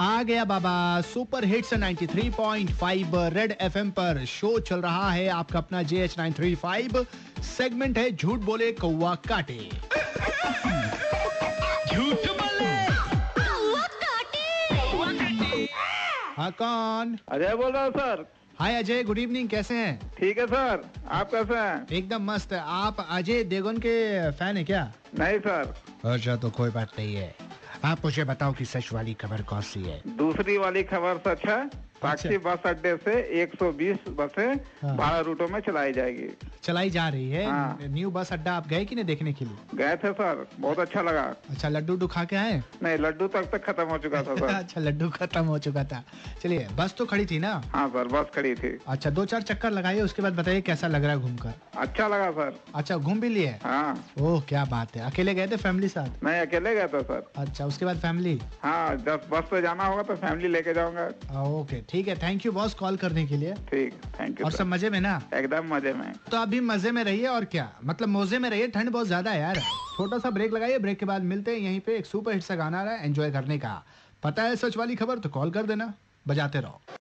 आ गया बाबा super hits 93.5 Red FM पर शो चल रहा है आपका अपना J H nine three five segment है झूठ बोले कौवा काटे झूठ बोले हाँ कौन अजय बोल रहा हूँ sir hi Ajay good evening कैसे हैं ठीक है सर आप कैसे हैं एकदम मस्त आप अजय देवगन के फैन है क्या नहीं सर अच्छा तो कोई बात नहीं है आप मुझे बताओ कि सच वाली खबर कौन सी है दूसरी वाली खबर सच है साक्षी बस अड्डे से 120 बसें अच्छा। हाँ। बारह रूटों में चलाई जाएगी चलाई जा रही है हाँ। न्यू बस अड्डा आप गए कि नहीं देखने के लिए गए थे सर बहुत अच्छा लगा अच्छा लड्डू उड्डू खा के आए नहीं लड्डू तक तक खत्म हो चुका था सर अच्छा लड्डू खत्म हो चुका था चलिए बस तो खड़ी थी ना हाँ सर बस खड़ी थी अच्छा दो चार चक्कर लगाइए उसके बाद बताइए कैसा लग रहा है घूमकर अच्छा लगा सर अच्छा घूम भी लिए हाँ ओह क्या बात है अकेले गए थे फैमिली साथ नहीं अकेले गया था सर अच्छा उसके बाद फैमिली हाँ जब बस से जाना होगा तो फैमिली लेके जाऊंगा ओके ठीक है थैंक यू बॉस कॉल करने के लिए ठीक थैंक यू और सब सर मजे में ना एकदम मजे में तो आप भी मजे में रहिए और क्या मतलब मोजे में रहिए ठंड बहुत ज्यादा है यार छोटा सा ब्रेक लगाइए ब्रेक के बाद मिलते हैं यहीं पे एक सुपर हिट सा गाना आ रहा है एंजॉय करने का पता है सच वाली खबर तो कॉल कर देना बजाते रहो